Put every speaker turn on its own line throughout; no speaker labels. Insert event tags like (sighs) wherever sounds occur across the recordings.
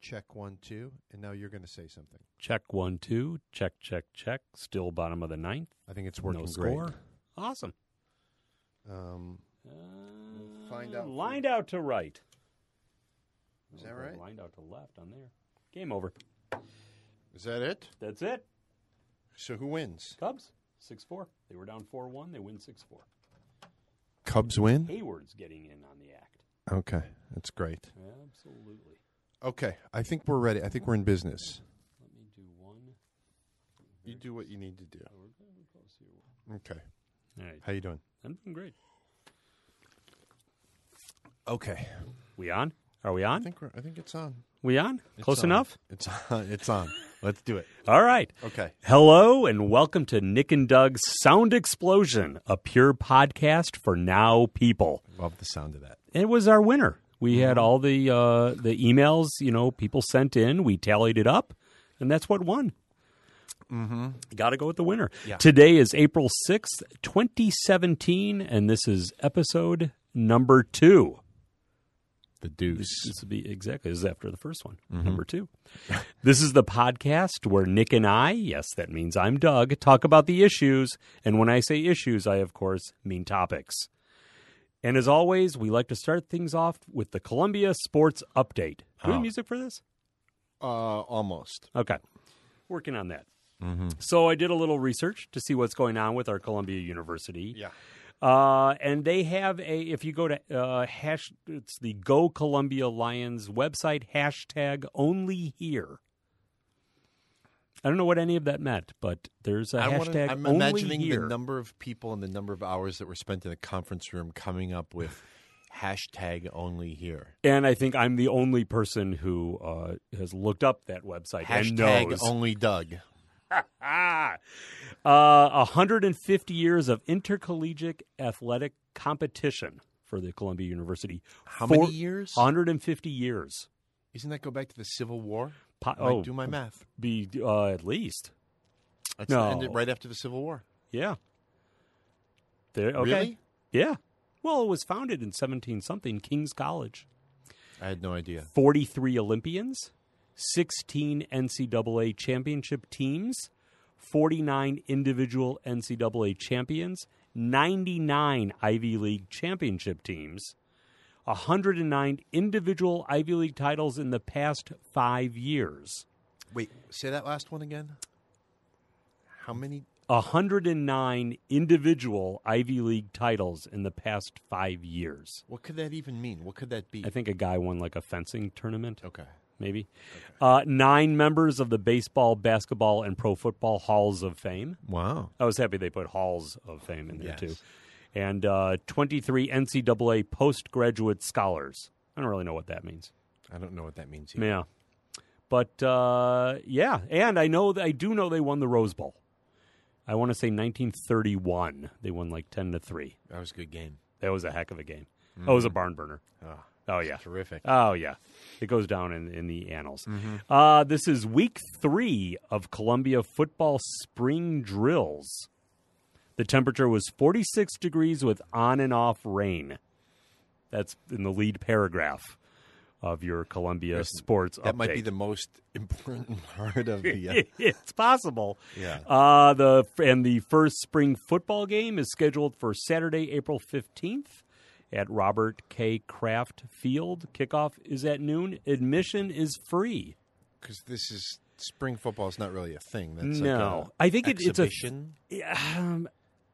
Check one, two. And now you're going to say something.
Check one, two. Check, check, check. Still bottom of the ninth.
I think it's working
no
great.
score. Awesome.
Um,
Uh,
find out.
Lined out to right.
Is that right?
Lined out to left on there. Game over.
is that it?
That's it.
So who wins?
Cubs, 6 4. They were down 4 1. They win 6 4.
Cubs win?
Hayward's getting in on the act.
Okay. That's great.
Absolutely.
Okay. I think we're ready. I think we're in business.
Let me do one.
You do what you need to do.
We're very close here.
Okay.
All right.
How you doing?
I'm doing great.
Okay.
We on? Are we
I
on?
think we're, I think it's on.
We on?
It's
Close
on.
enough?
It's on. It's on. Let's do it.
All right.
Okay.
Hello and welcome to Nick and Doug's Sound Explosion, a pure podcast for now people.
Love the sound of that.
It was our winner. We had all the uh, the emails, you know, people sent in. We tallied it up, and that's what won. Mm-hmm. Got to go with the winner.
Yeah.
Today is April sixth, twenty seventeen, and this is episode number two.
The deuce.
This would be exactly this is after the first one, number two. (laughs) this is the podcast where Nick and I, yes, that means I'm Doug, talk about the issues. And when I say issues, I of course mean topics. And as always, we like to start things off with the Columbia Sports Update. Do we have
Oh.
music for this?
Uh, almost.
Okay. Working on that. So I did a little research to see what's going on with our Columbia University.
Yeah.
Uh, and they have a, if you go to uh, hash, it's the Go Columbia Lions website, hashtag only here. I don't know what any of that meant, but there's a
I
hashtag
wanna, I'm
only
imagining
here.
the number of people and the number of hours that were spent in the conference room coming up
(sighs)
with hashtag only here.
and I think I'm the only person who uh, has looked up that website and
Hashtag
(laughs) knows.
only Doug.
Ah, uh, 150 years of intercollegiate athletic competition for the Columbia University.
How
Four-
many years?
150 years.
Isn't that go back to the Civil War?
Po- oh,
I might do my math.
be uh, at least.
That's the-
No.
ended right after the Civil War.
Yeah. There, okay.
Really?
Yeah. Well, it was founded in 17 something, King's College.
I had no idea.
43 Olympians, 16 NCAA championship teams, 49 individual NCAA champions, 99 Ivy League championship teams, 109 individual Ivy League titles in the past five years.
Wait, say that last one again. How many?
109 individual Ivy League titles in the past five years.
What could that even mean? What could that be?
I think a guy won like a fencing tournament,
Okay.
maybe. Uh, nine members of the Baseball, Basketball, and Pro Football Halls of Fame.
Wow.
I was happy they put Halls of Fame in there
Yes.
too. And uh, 23 NCAA postgraduate scholars. I don't really know what that means.
I don't know what that means. Either.
Yeah. But uh, yeah, and I know I do know they won the Rose Bowl. I want to say 1931. They won like 10 to 3.
That was a good game.
That was a heck of a game. That was a barn burner.
Ah,
Oh yeah.
terrific.
Oh yeah. It goes down in, in the annals.
Mm-hmm.
Uh, this is week three of Columbia football spring drills. The temperature was 46 degrees with on and off rain. That's in the lead paragraph of your Columbia sports
that might be
update.
the most (laughs) important part of
(laughs)
the. Uh,
it's possible.
yeah.
Uh, the and the first spring football game is scheduled for Saturday, April fifteenth, at Robert K. Kraft Field. Kickoff is at noon. Admission is free.
Because this is spring football is not really a thing. That's like
No.
a
I think it- it's a-
exhibition.
Um,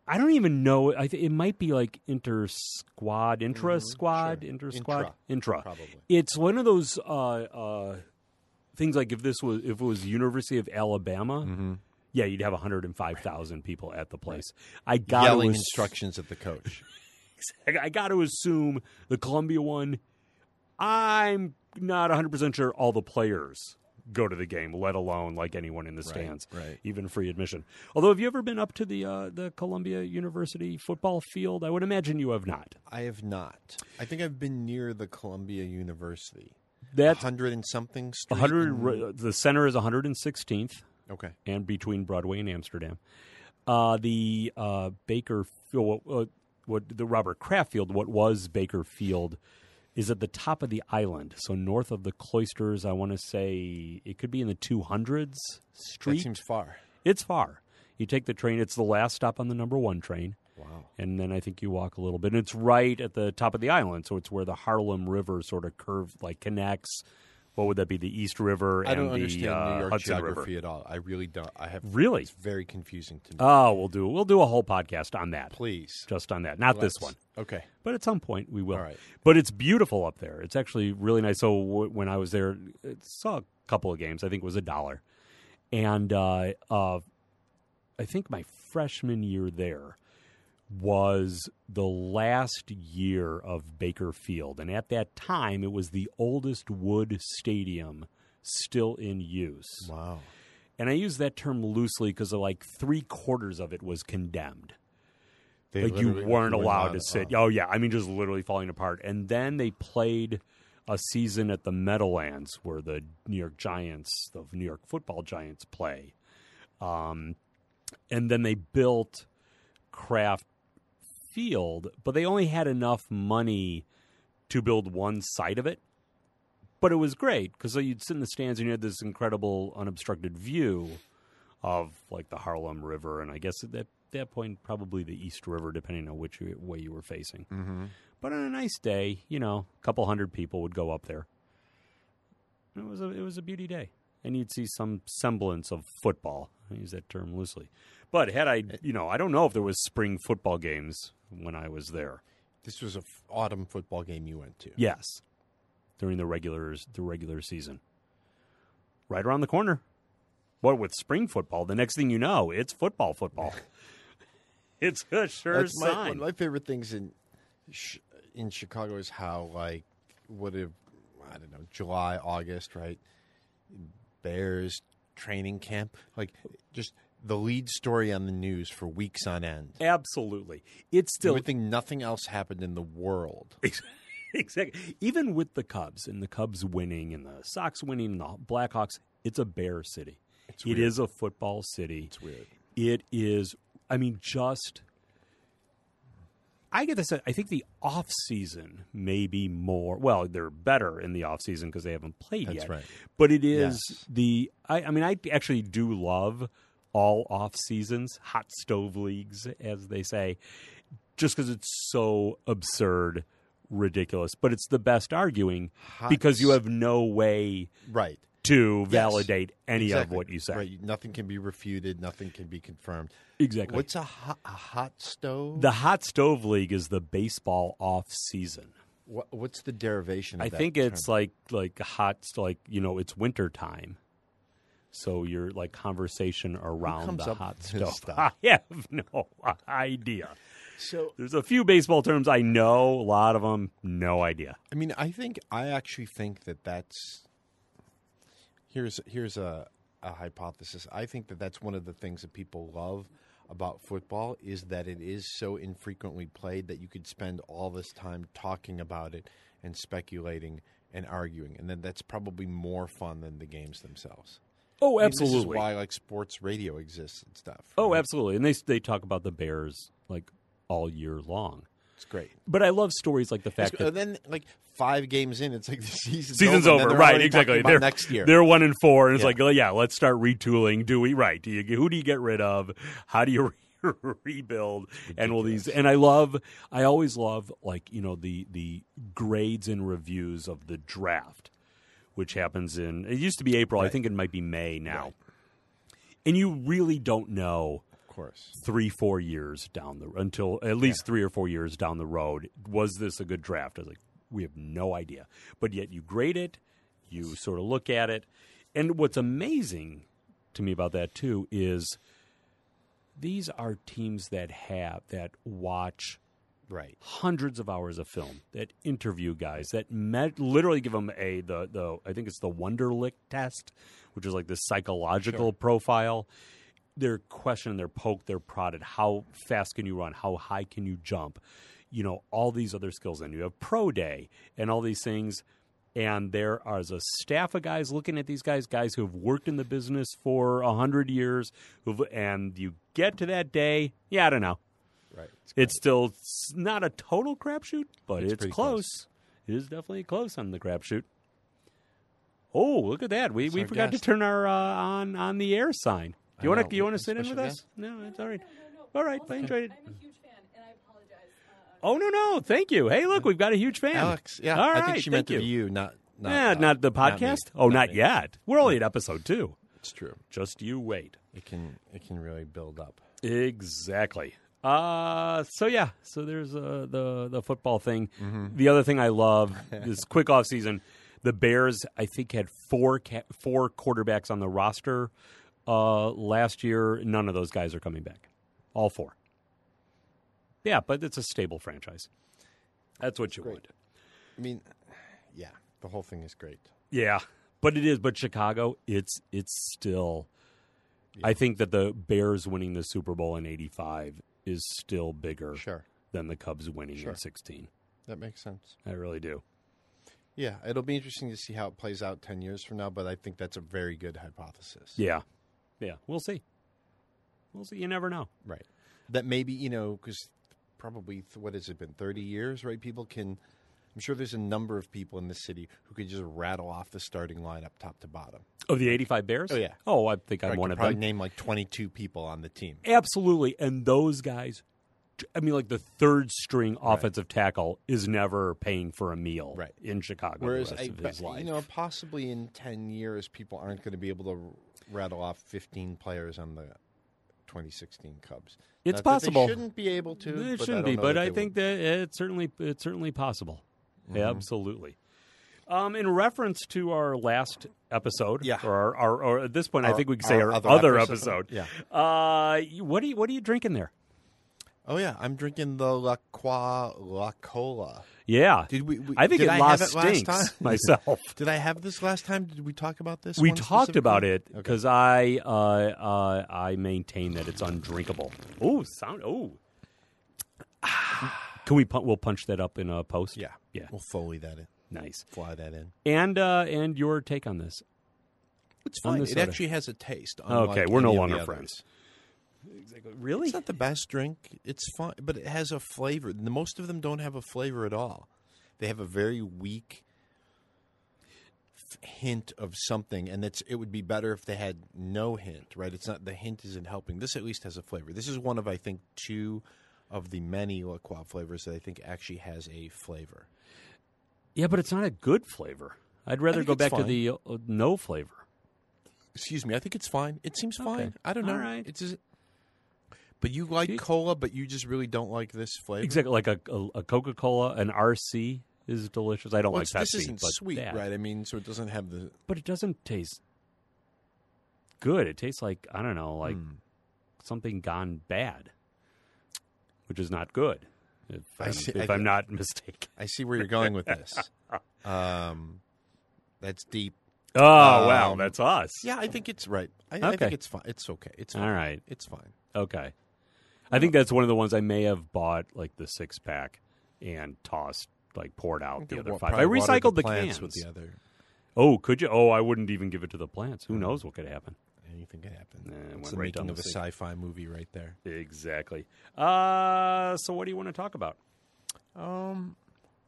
I don't even know. I th- it might be like inter squad, intra squad,
Mm-hmm. sure.
inter squad, intra.
probably.
It's one of those uh, uh, things. Like if this was if it was University of Alabama.
Mm-hmm.
Yeah, you'd have 105,000 people at the place. I got
Yelling
to
instructions at the coach.
I, I got to assume the Columbia one. I'm not 100% sure all the players go to the game, let alone like anyone in the stands,
right.
even free admission. Although, have you ever been up to the uh, the Columbia University football field? I would imagine you have not.
I have not. I think I've been near the Columbia University.
That's
hundred and something street.
100. The center is 116th.
in- okay.
and between Broadway and Amsterdam. Uh, the uh, Baker, Fi- uh, what the Robert Kraft Field, what was Baker Field, is at the top of the island, so north of the cloisters. I want to say it could be in the
That
200s street.
seems far.
it's far. You take the train, it's the last stop on the number one train.
Wow.
And then I think you walk a little bit, and it's right at the top of the island. So it's where the Harlem River sort of curves, like connects. What would that be? The East River and
I don't
the
understand
uh,
New York
Hudson
geography
River.
at all. I really don't. I have
Really?
It's very confusing to me.
Oh, we'll do we'll do a whole podcast on that,
Please.
just on that, not this
Let's-
one.
Okay.
but at some point we will.
All right.
But it's beautiful up there. It's actually really nice. So w- when I was there, it saw a couple of games. I think it was a dollar, and uh, uh, I think my freshman year there was the last year of Baker Field, and at that time it was the oldest wood stadium still in use.
Wow.
And I use that term loosely because like three quarters of it was condemned
They
like you
literally-
weren't
were
allowed
not-
to sit.
wow.
Oh yeah, I mean just literally falling apart. And then they played a season at the Meadowlands where the New York Giants, the New York Football Giants, play. Um, and then they built Kraft Field, but they only had enough money to build one side of it. But it was great because you'd sit in the stands and you had this incredible unobstructed view of like the Harlem River, and I guess at that, that point probably the East River, depending on which you- way you were facing.
Mm. Mm-hmm.
But on a nice day, you know, a couple hundred people would go up there. And it was a it was a beauty day, and you'd see some semblance of football. I use that term loosely, but had I, you know, I don't know if there was spring football games when I was there.
This was an autumn football game you went to.
Yes, during the regular the regular season, right around the corner. What with spring football, the next thing you know, it's
(laughs)
football football. it's a sure
That's my, one
sign.
of my favorite things in Ch- in Chicago is how like what if I don't know July August right Bears training camp like just the lead story on the news for weeks on end.
Absolutely, it's
You
still
would think nothing else happened in the world.
(laughs) exactly even with the Cubs and the Cubs winning and the Sox winning and the Blackhawks. It's a bear city. It's
weird.
a football city.
It's weird.
It is. I mean, just. I get this. I think the off season may be more. Well, they're better in the off season because they haven't played
That's
yet.
right.
But it is
Yes.
the. I, I mean, I actually do love all off seasons, hot stove leagues, as they say, just because it's so absurd, ridiculous. But it's the best arguing
Hot
because you have no way
Right.
to validate any
Exactly.
of what you say.
Right. Nothing can be refuted. Nothing can be confirmed.
Exactly.
What's a hot, a hot stove?
The Hot Stove League is the baseball off season.
What, what's the derivation? Of
I
that
think
term?
it's like like hot like you know it's winter time. So your like conversation around
comes
the
up
hot
with
stove.
this
(laughs) I
stuff?
have no idea.
so.
There's a few baseball terms I know, a lot of them no idea.
I mean, I think I actually think that that's here's here's a, a hypothesis. I think that that's one of the things that people love about football is that it is so infrequently played that you could spend all this time talking about it and speculating and arguing, and then that's probably more fun than the games themselves.
Oh,
I mean,
absolutely.
this is why like sports radio exists and stuff.
oh,
right?
absolutely. And they they talk about the Bears like all year long.
it's great.
But I love stories like the fact
It's-
that
and then, like five games in, it's like the (laughs) season's,
season's
and
over,
then they're
right?
already talking
Exactly.
about
They're
next year.
They're one and four, and it's
Yeah.
like, oh yeah, let's start retooling. Do we right? Do you who do you get rid of? How do you (laughs) re- rebuild? And will these? And I love, I always love like you know the the grades and reviews of the draft, which happens in it used to be April. I think it might be May now, and you really don't know
of course.
three, four years down the until at least three or four years down the road, was this a good draft? I was like, we have no idea. But yet you grade it, you sort of look at it. And what's amazing to me about that too is these are teams that have that watch
Right.
hundreds of hours of film that interview guys that me- literally give them a the the I think it's the Wonderlick test, which is like this psychological profile. They're questioned, they're poked, they're prodded. How fast can you run? How high can you jump? You know all these other skills, and you have pro day and all these things. And there is a staff of guys looking at these guys, guys who have worked in the business for a hundred years. Who've, and you get to that day, yeah, I don't know.
Right.
It's still s- not a total crapshoot, but it's,
pretty
close. It is definitely close on the crapshoot. Oh, look at that! We,
That's
we
our
forgot
guest.
to turn our uh, on on the air sign. Do
I
you want
know.
to do you want to
Special
sit in with us?
guest?
No, it's all right.
No, no,
All right,
also,
I enjoyed it.
I'm a huge fan, and I apologize. Uh,
Oh no, no, thank you. Hey, look, we've got a huge fan,
Alex, yeah,
All
I
right,
think she meant
thank
to be
you.
you, not not
yeah,
uh,
not the
not me.
podcast. oh, not
me.
yet. We're only at episode two.
It's true.
Just you wait.
It can it can really build up.
Exactly. Uh so yeah, so there's uh, the the football thing. The other thing I love is quick off season. The Bears I think had four ca- four quarterbacks on the roster uh last year. None of those guys are coming back. All four. Yeah, but it's a stable franchise. That's what you want.
I mean, yeah, the whole thing is great.
Yeah, but it is. But Chicago, it's it's still. I think that the Bears winning the Super Bowl in '85 is still bigger
Sure,
than the Cubs winning
Sure.
in '16.
that makes sense.
I really do.
Yeah, it'll be interesting to see how it plays out ten years from now. But I think that's a very good hypothesis.
Yeah, yeah. We'll see. We'll see. You never know.
Right. That maybe, you know, because probably, th- what has it been, 30 years, right? People can, I'm sure there's a number of people in this city who could just rattle off the starting lineup top to bottom.
Of the '85 Bears.
Oh, yeah.
Oh, I think I'm
could
one of
probably
them.
name like 22 people on the team.
Absolutely. And those guys. I mean, like the third string offensive tackle is never paying for a meal
Right.
in Chicago
Whereas,
the rest
I,
of
but,
his life.
you know, possibly in 10 years, people aren't going to be able to r- rattle off 15 players on the 2016 Cubs. Not
It's
that
possible.
They shouldn't be able to.
It
but I
shouldn't
don't
be,
know
but
that
I
they Mm-hmm.
think
would.
that it's certainly it's certainly possible. Absolutely. Um, in reference to our last episode,
Yeah.
or, our, our, or at this point, I
Our-
think we can say
our
our
other
other,
episode.
episode.
Yeah.
Uh, you- what are you What are you drinking there?
Oh, yeah. I'm drinking the La Croix La Cola.
Yeah,
Did we- we-
I think
did
it
I have
lost
it last
stinks
time? (laughs)
myself.
Did I have this last time? Did we talk about this?
we
one
talked about
specifically?
it because I uh, uh, I maintain that it's undrinkable. Oh, sound. Oh, (sighs) can we? Pun- we'll punch that up in a post.
Yeah,
yeah.
We'll foley that in,
Nice.
fly that in.
And uh, and your take on this?
It's
On
fine.
the
It
soda.
actually has a taste.
Okay,
unlike
we're no
any of
longer
the others.
friends. Exactly. Really?
It's not the best drink. It's fine, but it has a flavor. The- Most of them don't have a flavor at all. They have a very weak f- hint of something, and that's it would be better if they had no hint. Right? It's not the hint isn't helping. This at least has a flavor. This is one of I think two of the many La Croix flavors that I think actually has a flavor.
Yeah, but it's not a good flavor. I'd rather
think
go
it's
back to
fine.
the uh, no flavor.
excuse me. I think it's fine. It seems
Okay.
fine. I don't know.
All right.
It's just, but you like
Jeez.
cola, but you just really don't like this flavor.
Exactly, like a, a, a Coca Cola, an RC is delicious. I don't
Well,
like
it's-
Pepsi,
this isn't
but
sweet,
that-
right? I mean, so it doesn't have the.
But it doesn't taste good. It tastes like I don't know, like
Hmm.
something gone bad, which is not good. If
I
I'm,
see-
if
I-
I'm not (laughs) mistaken.
I see where you're going with
(laughs)
this. um, that's deep.
Oh wow,
Um,
that's us.
Yeah, I think it's right. I, I think
Okay.
it's fine. It's okay. It's fine.
All right.
It's fine.
Okay. I think that's one of the ones I may have bought like the six pack and tossed like poured out the
Wa-
other five. I
probably watered
recycled the,
plants
cans.
with the other.
oh, could you? Oh, I wouldn't even give it to the plants.
Mm.
Who knows what could happen?
Anything could happen.
Nah, it
it's
went
the
right
making
down the
of a
sink.
sci-fi movie right there.
Exactly. Uh so what do you want to talk about?
Um.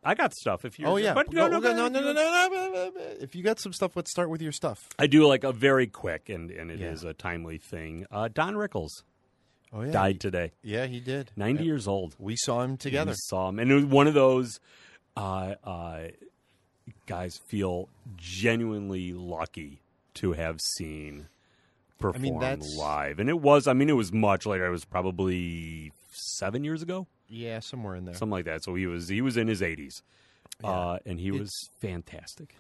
I got stuff if you
Oh yeah.
But
Go-
no, no,
go-
no,
no, no, no, no, no, no. If you got some stuff, let's start with your stuff.
I do like a very quick and and it is
Yeah.
a timely thing. Uh Don Rickles
Oh yeah.
died today.
Yeah, he did.
90 years old.
We saw him together.
You saw him, and it was one of those uh, uh, guys feel genuinely lucky to have seen perform
that's-
live, and it was. I mean, it was much later. It was probably seven years ago,
Yeah, somewhere in there.
something like that. So he was he was in his eighties, uh, and he was fantastic.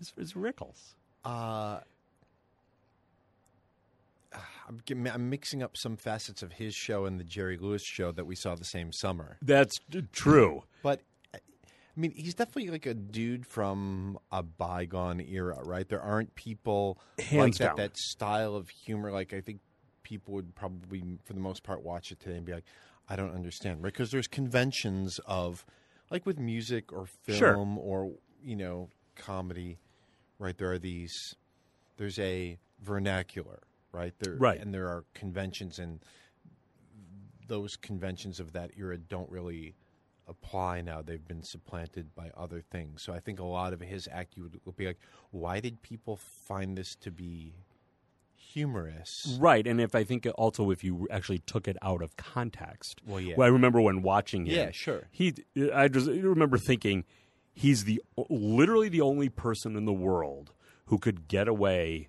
It's, it's Rickles.
uh, I'm, gi- I'm mixing up some facets of his show and the Jerry Lewis show that we saw the same summer.
That's true.
But I I mean, he's definitely like a dude from a bygone era, right? There aren't people like
Hands
that.
down.
That style of humor, like I think people would probably, for the most part, watch it today and be like, "I don't understand," right? Because there's conventions of, like with music or film
Sure.
or you know comedy, right? There are these. There's a vernacular, right? There,
Right.
and there are conventions and those conventions of that era don't really apply now. They've been supplanted by other things. So I think a lot of his act you would, would be like, why did people find this to be humorous?
Right, and if I think also if you actually took it out of context.
Well, yeah.
I remember when watching him.
Yeah, sure.
He, I just I remember thinking, he's the literally the only person in the world who could get away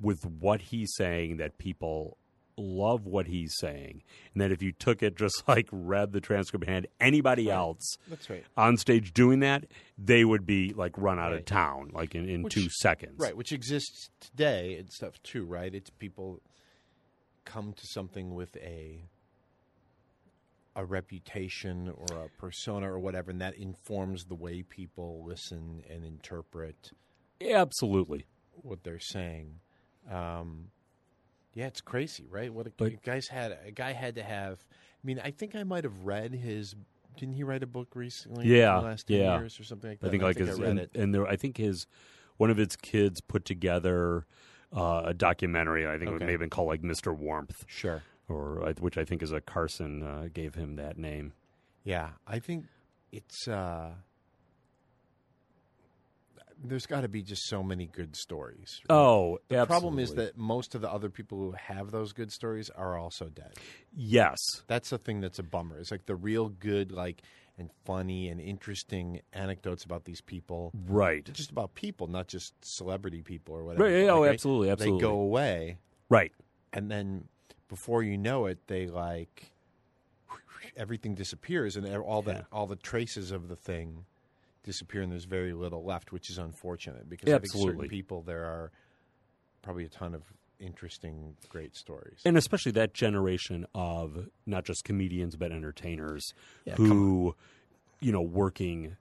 with what he's saying that people love what he's saying, and that if you took it just like read the transcript and had anybody else
That's right.
on stage doing that, they would be like run out of
Right.
town like in, in
Which-
two seconds.
Right, which exists today and stuff too, right? It's people come to something with a a reputation or a persona or whatever, and that informs the way people listen and interpret
Absolutely.
what they're saying. Um, yeah, it's crazy, right? What a,
But-
guys had a guy had to have. I mean, I think I might have read his. Didn't he write a book recently?
Yeah,
in the last 10
yeah.
years or something like that.
I think like his,
I read
and,
it.
and there, I think his one of its kids put together uh, a documentary. I think it
Okay.
may have been called like Mister Warmth,
Sure.
or I- which I think is a Carson uh, gave him that name.
Yeah, I think it's uh there's got to be just so many good stories.
Oh,
the problem is that most of the other people who have those good stories are also dead.
yes,
That's the thing that's a bummer. It's like the real good like and funny and interesting anecdotes about these people,
right,
just about people, not just celebrity people or whatever.
Right, yeah,
But,
oh,
like, they-
absolutely, absolutely.
They go away
right,
and then before you know it they like everything disappears and all that all the traces of the thing disappear and there's very little left which is unfortunate because i think
Absolutely.
certain people there are probably a ton of interesting great stories
and especially that generation of not just comedians but entertainers
Yeah, come
who, you know, working.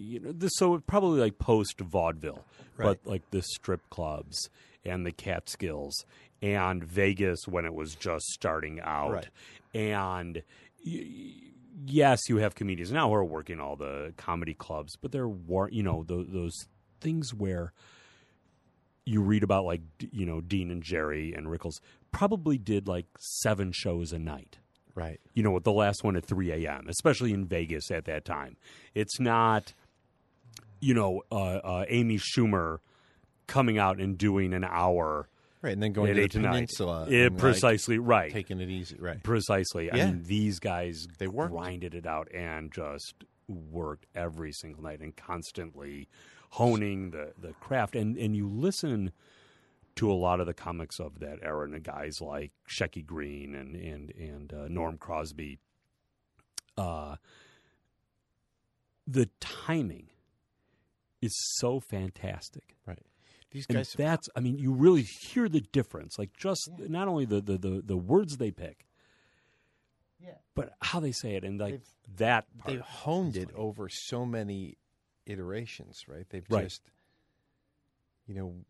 You know, this, so probably like post vaudeville,
Right.
but like the strip clubs and the Catskills and Vegas when it was just starting out,
Right.
and y- y- yes, you have comedians now who are working all the comedy clubs, but there were you know those, those things where you read about like d- you know Dean and Jerry and Rickles probably did like seven shows a night
right
you know, with the last one at 3 a.m., especially in Vegas at that time. It's not, you know, uh, uh, Amy Schumer coming out and doing an hour
right and then going
at
to the
8 to 9.
peninsula
Yeah,
and, like,
precisely, right.
taking it easy right
precisely. I
Yeah.
mean, these guys
They worked.
grinded it out and just worked every single night and constantly honing the, the craft. And, and you listen to a lot of the comics of that era and the guys like Shecky Green and, and, and uh, Norm Crosby. Uh, the timing is so fantastic.
right these
And
guys
that's I mean, you really hear the difference. Like just not only the the, the, the words they pick,
Yeah.
but how they say it and like
They've-
that part.
they've honed
is
it
funny.
over so many iterations, right? They've
Right.
just, you know,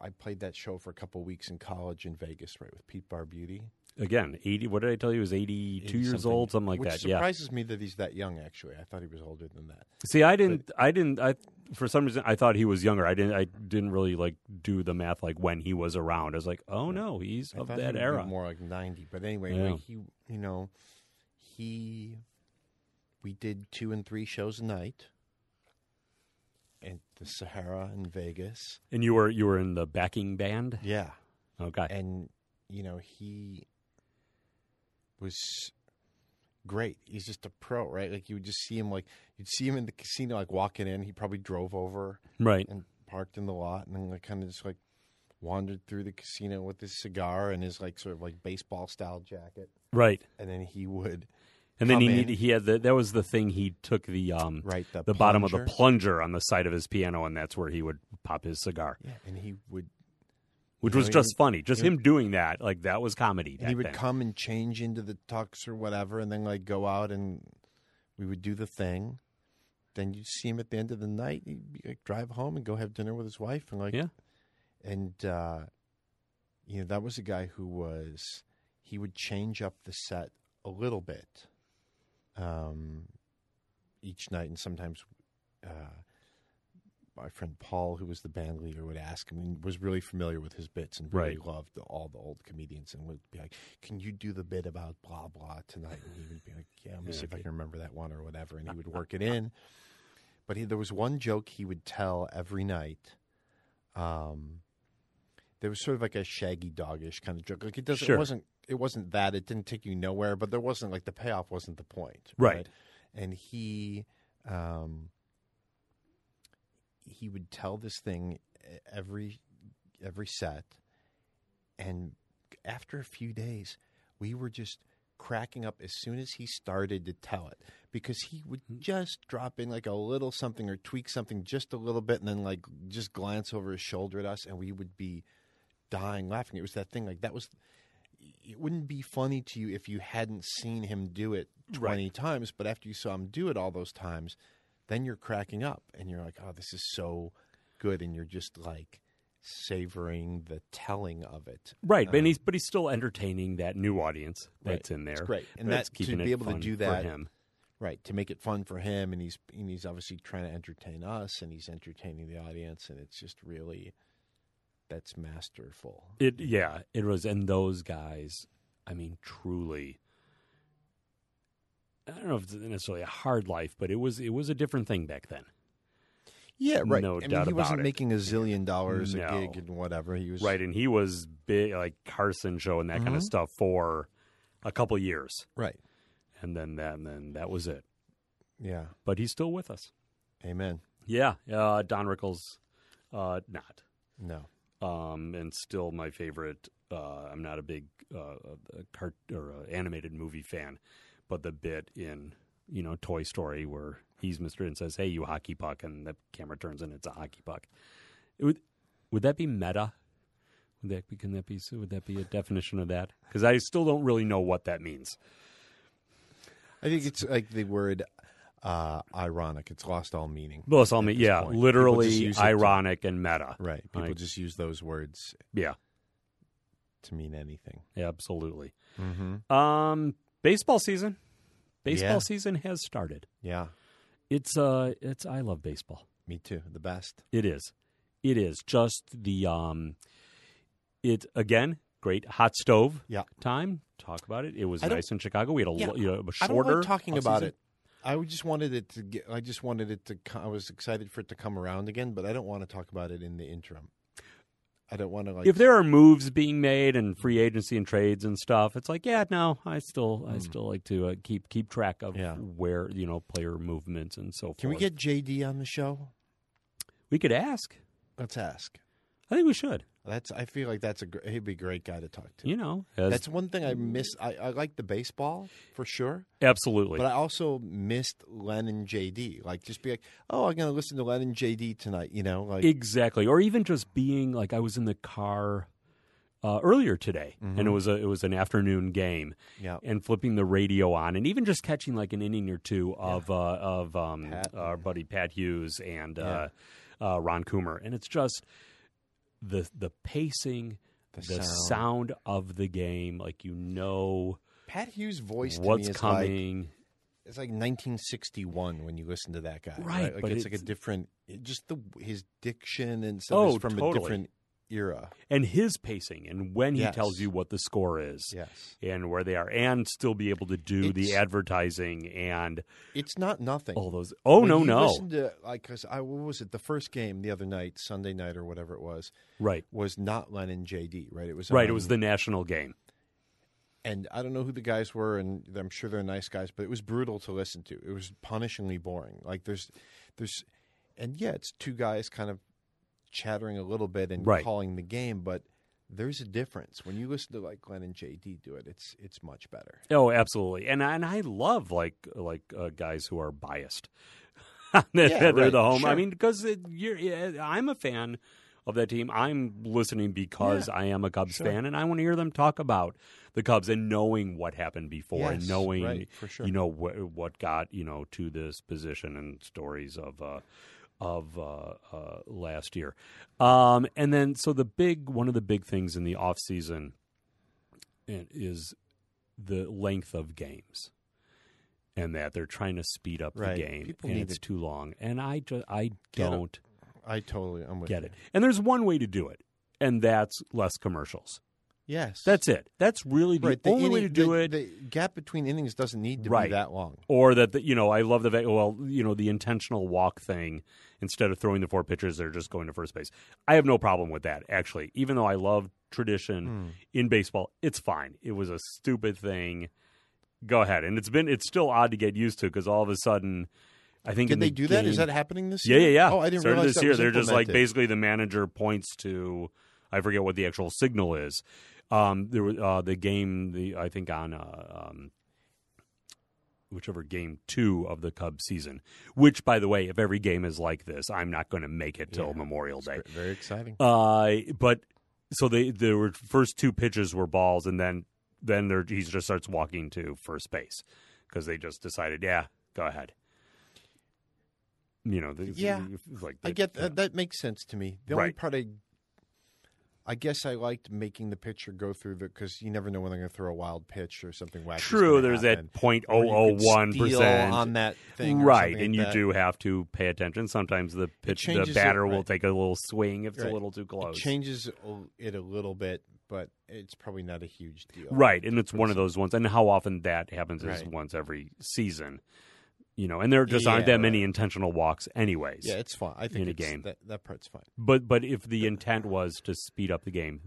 I played that show for a couple weeks in college in Vegas, right, with Pete Barbeauty.
Again, eighty what did I tell you? He was eighty two years
something,
old, something like
which
that. Yeah.
surprises me that he's that young. Actually, I thought he was older than that.
See I didn't I didn't I for some reason I thought he was younger. I didn't I didn't really like do the math like when he was around. I was like, Oh no, he's
I
of
thought he
that
would be
era.
more like ninety. But anyway,
Yeah.
we- he, you know, he, we did two and three shows a night. At the Sahara in Vegas,
And you were you were in the backing band?
yeah.
Okay.
and you know he was great he's just a pro right like you would just see him like you'd see him in the casino like walking in he probably drove over
right.
and parked in the lot and then like kind of just like wandered through the casino with his cigar and his like sort of like baseball style jacket
Right.
and then he would
And then
Come
he
in.
needed he had the that was the thing he took the um
write the,
the bottom of the
plunger.
plunger on the side of his piano, and that's where he would pop his cigar,
yeah and he would
which
You
was
know, he
just
would-
funny. Just
he
him doing that, like that was comedy.
and he
back
would
then.
come and change into the tux or whatever and then like go out and we would do the thing then you'd see him at the end of the night he'd be, like drive home and go have dinner with his wife and like
Yeah.
and uh you know that was a guy who was he would change up the set a little bit um each night and sometimes uh my friend Paul, who was the band leader, would ask him and was really familiar with his bits and really
Right.
loved all the old comedians and would be like, Can you do the bit about blah blah tonight? And he would be like, Yeah, let me see if I can remember that one or whatever. And he would work it in. But he, there was one joke he would tell every night. Um, there was sort of like a shaggy doggish kind of joke. Like it doesn't,
Sure.
it wasn't, it wasn't that. It didn't take you nowhere, but there wasn't like the payoff wasn't the point,
Right.
And he, um, he would tell this thing e- every every set, and after a few days, we were just cracking up as soon as he started to tell it because he would just drop in like a little something or tweak something just a little bit and then like just glance over his shoulder at us and we would be dying laughing it was that thing like that was it wouldn't be funny to you if you hadn't seen him do it 20 times but after you saw him do it all those times then you're cracking up and you're like oh this is so good and you're just like savoring the telling of it
Right, but he's but he's still entertaining that new audience
uh-huh. Right.
that's in there.
It's great. And
that's
that- to
keeping
be
it
able to
fun
do
for
that-
him.
Right, to make it fun for him, and he's and he's obviously trying to entertain us, and he's entertaining the audience, and it's just really that's masterful.
It yeah, it was and those guys, I mean truly I don't know if it's necessarily a hard life, but it was it was a different thing back then.
Yeah, right.
No
I mean,
doubt
he wasn't
about it.
making a zillion dollars
No.
a gig and whatever. He was Mm-hmm.
Right, and he was big like Carson show and that kind of stuff for a couple years.
right.
And then that and then that was it.
Yeah,
But he's still with us.
amen.
Yeah. Uh Don Rickles uh not.
No,
um, and still my favorite. Uh, I'm not a big uh, uh, cart or uh, animated movie fan, but the bit in you know Toy Story where he's Mister and says, "Hey, you hockey puck," and the camera turns and it's a hockey puck. It would would that be meta? Would that be, can that be would that be a definition of that? Because I still don't really know what that means.
I think it's like the word uh, ironic. It's lost all meaning.
Well, it's all me.
this
Yeah,
point. People just
literally
use it to-
ironic and meta.
Right. People
Like-
just use those words
Yeah,
to mean anything.
absolutely.
Mm-hmm.
Um, baseball season. Baseball
Yeah.
season has started.
Yeah,
It's uh it's I love baseball.
me too. The best.
It is. It is just the um it again, great hot stove
Yeah.
time. Talk about it. It was
I don't-
nice in Chicago. We had a,
Yeah,
lo- you know, a
I
shorter
don't like talking about
offseason.
it. I would just wanted it to get. I just wanted it to. co- I was excited for it to come around again, but I don't want to talk about it in the interim. I don't want to like.
If there are moves being made and free agency and trades and stuff, it's like, yeah, no, I still I still like to uh, keep keep track of
Hmm. Yeah.
where, you know, player movements and so forth.
can we get JD on the show?
We could ask.
Let's ask.
I think we should.
That's. I feel like that's a. gr- He'd be a great guy to talk to.
You know, as-
That's one thing I miss. I, I like the baseball for sure,
absolutely.
but I also missed Len and JD. Like, just be like, oh, I'm going to listen to Len and JD tonight. You know, like
exactly or even just being like i was in the car uh, earlier today and it
Mm-hmm.
was a it was an afternoon game
yeah,
and flipping the radio on and even just catching like an inning or two of uh, of um,
Pat.
our buddy pat hughes and uh, uh, ron coomer and it's just the the pacing the,
sound.
sound of the game like you know
Pat Hughes' voice to
what's
me is like
coming
It's like 1961 when you listen to that guy, right?
Right,
Like
but
it's, like a
it's-
different, it- just the his diction and stuff
Oh,
is from
totally.
a different era.
and his pacing and when he
Yes.
tells you what the score is
Yes,
and where they are and still be able to do the
It's-
advertising and
it's not nothing.
all those oh
When
no
you
no
Listen to like because I what was it the first game the other night Sunday night or whatever it was
right
was not Lennon JD right it was
right it
on-
was the national game
and I don't know who the guys were, and I'm sure they're nice guys, but it was brutal to listen to. It was punishingly boring. Like there's, there's, and yeah, it's two guys kind of chattering a little bit and
Right.
calling the game, but there's a difference when you listen to like Glenn and JD do it. It's it's much better.
oh absolutely and and I love like like uh, guys who are biased (laughs) they're, they're
right,
the home I
sure.
mean because you're yeah, I'm a fan of that team I'm listening because I am a Cubs
sure.
fan and I want to hear them talk about the Cubs and knowing what happened before and
Yes,
knowing
right, for sure.
you know wh- what got you know to this position and stories of uh, of uh, uh, last year, um, and then so the big one of the big things in the off season and- is the length of games, and that they're trying to speed up
Right.
the game
People
and
need
it's
to
too long, and I just I
get a-
don't
I totally. I'm with
Get
you.
it. And there's one way to do it, and that's less commercials.
Yes,
That's it. That's really the
right.
only way to
inning-
do
the-
it.
The gap between innings doesn't need to
Right.
be that long.
or that the, you know, I love the fact- well, you know, the intentional walk thing. Instead of throwing the four pitches, they're just going to first base. I have no problem with that actually. Even though I love tradition
Hmm.
in baseball, it's fine. It was a stupid thing. Go ahead, and it's been it's still odd to get used to because all of a sudden, I think in
Did they
the
do that? Is
game-
that happening this
Yeah,
year?
yeah, yeah.
Oh, I didn't
Started
realize
this
that
year.
was
they're just like
implemented.
basically the manager points to I forget what the actual signal is. Um, there was uh, the game. The I think on uh, um, whichever game two of the Cubs season. Which, by the way, if every game is like this, I'm not going to make it till
Yeah.
Memorial Day.
It's very exciting.
Uh, but so they there were first two pitches were balls, and then then there he just starts walking to first base because they just decided, yeah, go ahead. You know, the,
Yeah.
like
I
they-
get that. That makes sense to me. The only
Right.
part I, I guess I liked making the pitcher go through the because you never know when they're going to throw a wild pitch or something wacky.
True, there's that point oh oh one
on
percent,
that thing, or
right?
something
And you
like that.
do have to pay attention. Sometimes the pitch, the
changes it,
batter will
right.
take a little swing if it's a
Right.
little too
It
close.
changes a- it a little bit, but it's probably not a huge deal.
Right, and it's one of those ones, and how often that happens is
Right.
once every season, you know. And there just aren't
Yeah,
that many intentional walks, anyways.
Yeah, it's fine. I think
In a
it's-
game.
that, that part's fine.
But but if the intent was to speed up the game,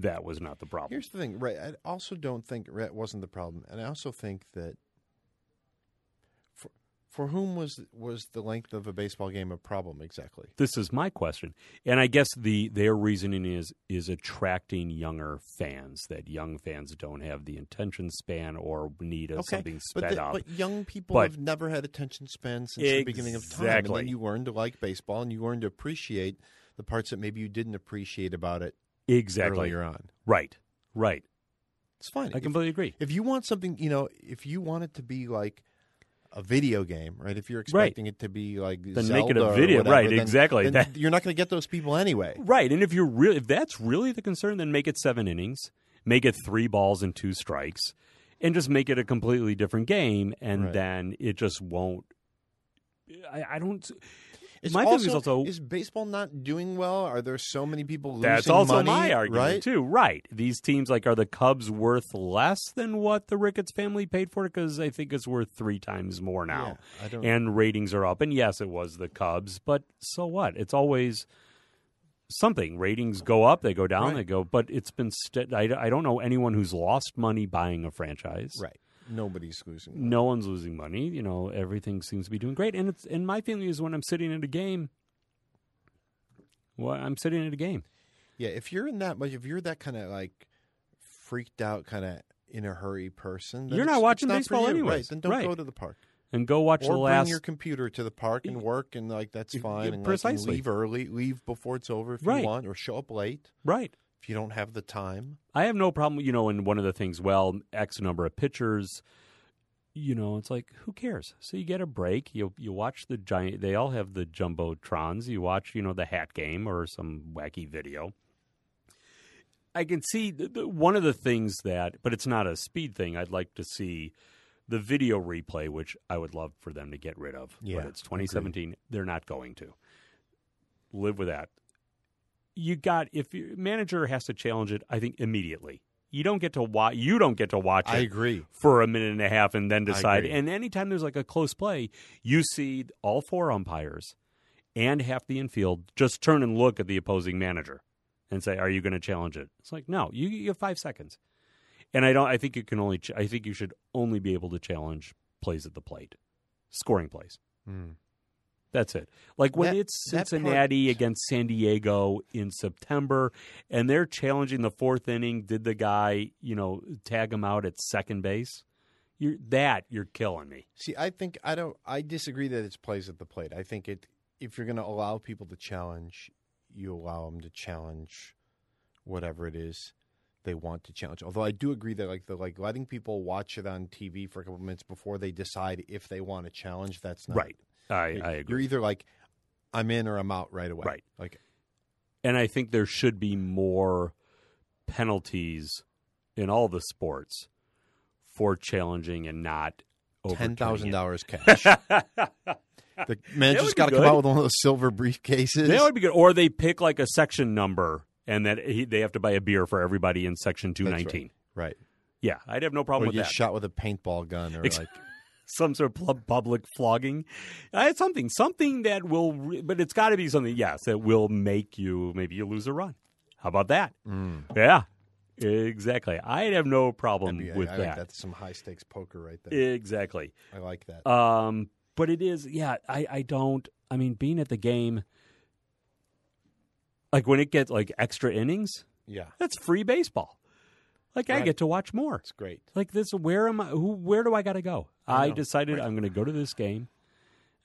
that was not the problem.
Here's the thing, right? I also don't think that wasn't the problem, and I also think that for for whom was was the length of a baseball game a problem exactly?
this is my question, and I guess the their reasoning is is attracting younger fans that young fans don't have the attention span or need a, something sped
but, the-
up.
but young people
But-
have never had attention span since the beginning of time, and
Exactly.
then you learn to like baseball, and you learn to appreciate the parts that maybe you didn't appreciate about it
exactly
earlier on.
right, right.
It's fine.
I
If-
completely agree.
If you want something, you know, if you want it to be like a video game, right? If you're expecting it to be like
Then
Zelda
make it a
or
video-
whatever,
right,
then-
exactly.
then
That-
you're not going to get those people anyway.
Right, and if you're real, if that's really the concern, then make it seven innings, make it three balls and two strikes, and just make it a completely different game, and
Right.
then it just won't. I, I don't.
It's
my
also,
thing is also
is baseball not doing well? Are there so many people losing
that's also
money,
my argument
right?
too. Right, these teams like are the Cubs worth less than what the Ricketts family paid for it because I think it's worth three times more now,
Yeah, I don't.
and ratings are up. And yes, it was the Cubs, but so what? It's always something. Ratings go up, they go down,
Right.
they go. But it's been. St- I, I don't know anyone who's lost money buying a franchise.
right, nobody's losing. money.
No one's losing money. You know, everything seems to be doing great. And it's and my feeling is when I'm sitting at a game. Well, I'm sitting at a game.
Yeah, if you're in that much, if you're that kind of like freaked out, kind of in a hurry person, then
You're
it's-
not
it's
watching
for
baseball
you. Right,
anyways.
then don't
Right.
go to the park.
and go watch
or
the last.
bring your computer to the park and work and like that's
Yeah,
fine. and, like,
E precisely.
leave early, leave before it's over if
Right.
you want, or show up late
right.
if you don't have the time.
I have no problem, you know, and one of the things, well, X number of pitchers, you know, it's like, who cares? So you get a break. You you watch the giant, they all have the Jumbotrons. You watch, you know, the hat game or some wacky video. I can see th- th- one of the things that, but it's not a speed thing. I'd like to see the video replay, which I would love for them to get rid of.
Yeah,
but it's 2017. They're not going to. Live with that. You got if your manager has to challenge it, I think immediately. You don't get to watch. You don't get to watch it
agree.
for a minute and a half and then decide.
agree.
And anytime there's like a close play, you see all four umpires and half the infield just turn and look at the opposing manager and say, "Are you going to challenge it?" It's like, no, you, you have five seconds. And I don't. I think you can only. Ch- I think you should only be able to challenge plays at the plate, scoring plays.
Hmm.
That's it. Like when
That-
it's
that part-
Cincinnati against San Diego in September and they're challenging the fourth inning, did the guy, you know, tag him out at second base? You're that you're killing me.
See, I think I don't. I disagree that it's plays at the plate. I think it. If you're going to allow people to challenge, you allow them to challenge whatever it is they want to challenge. Although I do agree that like the like letting people watch it on TV for a couple minutes before they decide if they want to challenge. That's not
Right. I,
You're-
I
You're
agree.
either like, I'm in or I'm out right away.
Right.
Like,
And I think there should be more penalties in all the sports for challenging and not
ten
overturning
thousand
it.
dollars cash.
(laughs)
The manager's
would be
got to come out
good.
with one of those silver briefcases.
That would be good. Or (laughs) they pick like a section number, and that he, they have to buy a beer for everybody in section two
That's
nineteen.
right.
Yeah, I'd have no
Or
problem
you
with
get
that.
shot with a paintball gun or
Ex-
like
(laughs) Some sort of pub- public flogging. Uh, it's something, something that will, re- but it's got to be something. Yes, that will make you maybe you lose a run. How about that?
Mm.
Yeah, exactly. I'd have no problem
Yeah,
with
I
that.
Like that's some high stakes poker right there.
Exactly.
I like that.
Um, but it is, yeah. I, I don't. I mean, being at the game, like when it gets like extra innings,
yeah,
that's free baseball. Like I
Right.
get to watch more.
it's great.
Like this, where am I? Who? Where do I got to go?
I
I,
know.
decided I'm going to go to this game.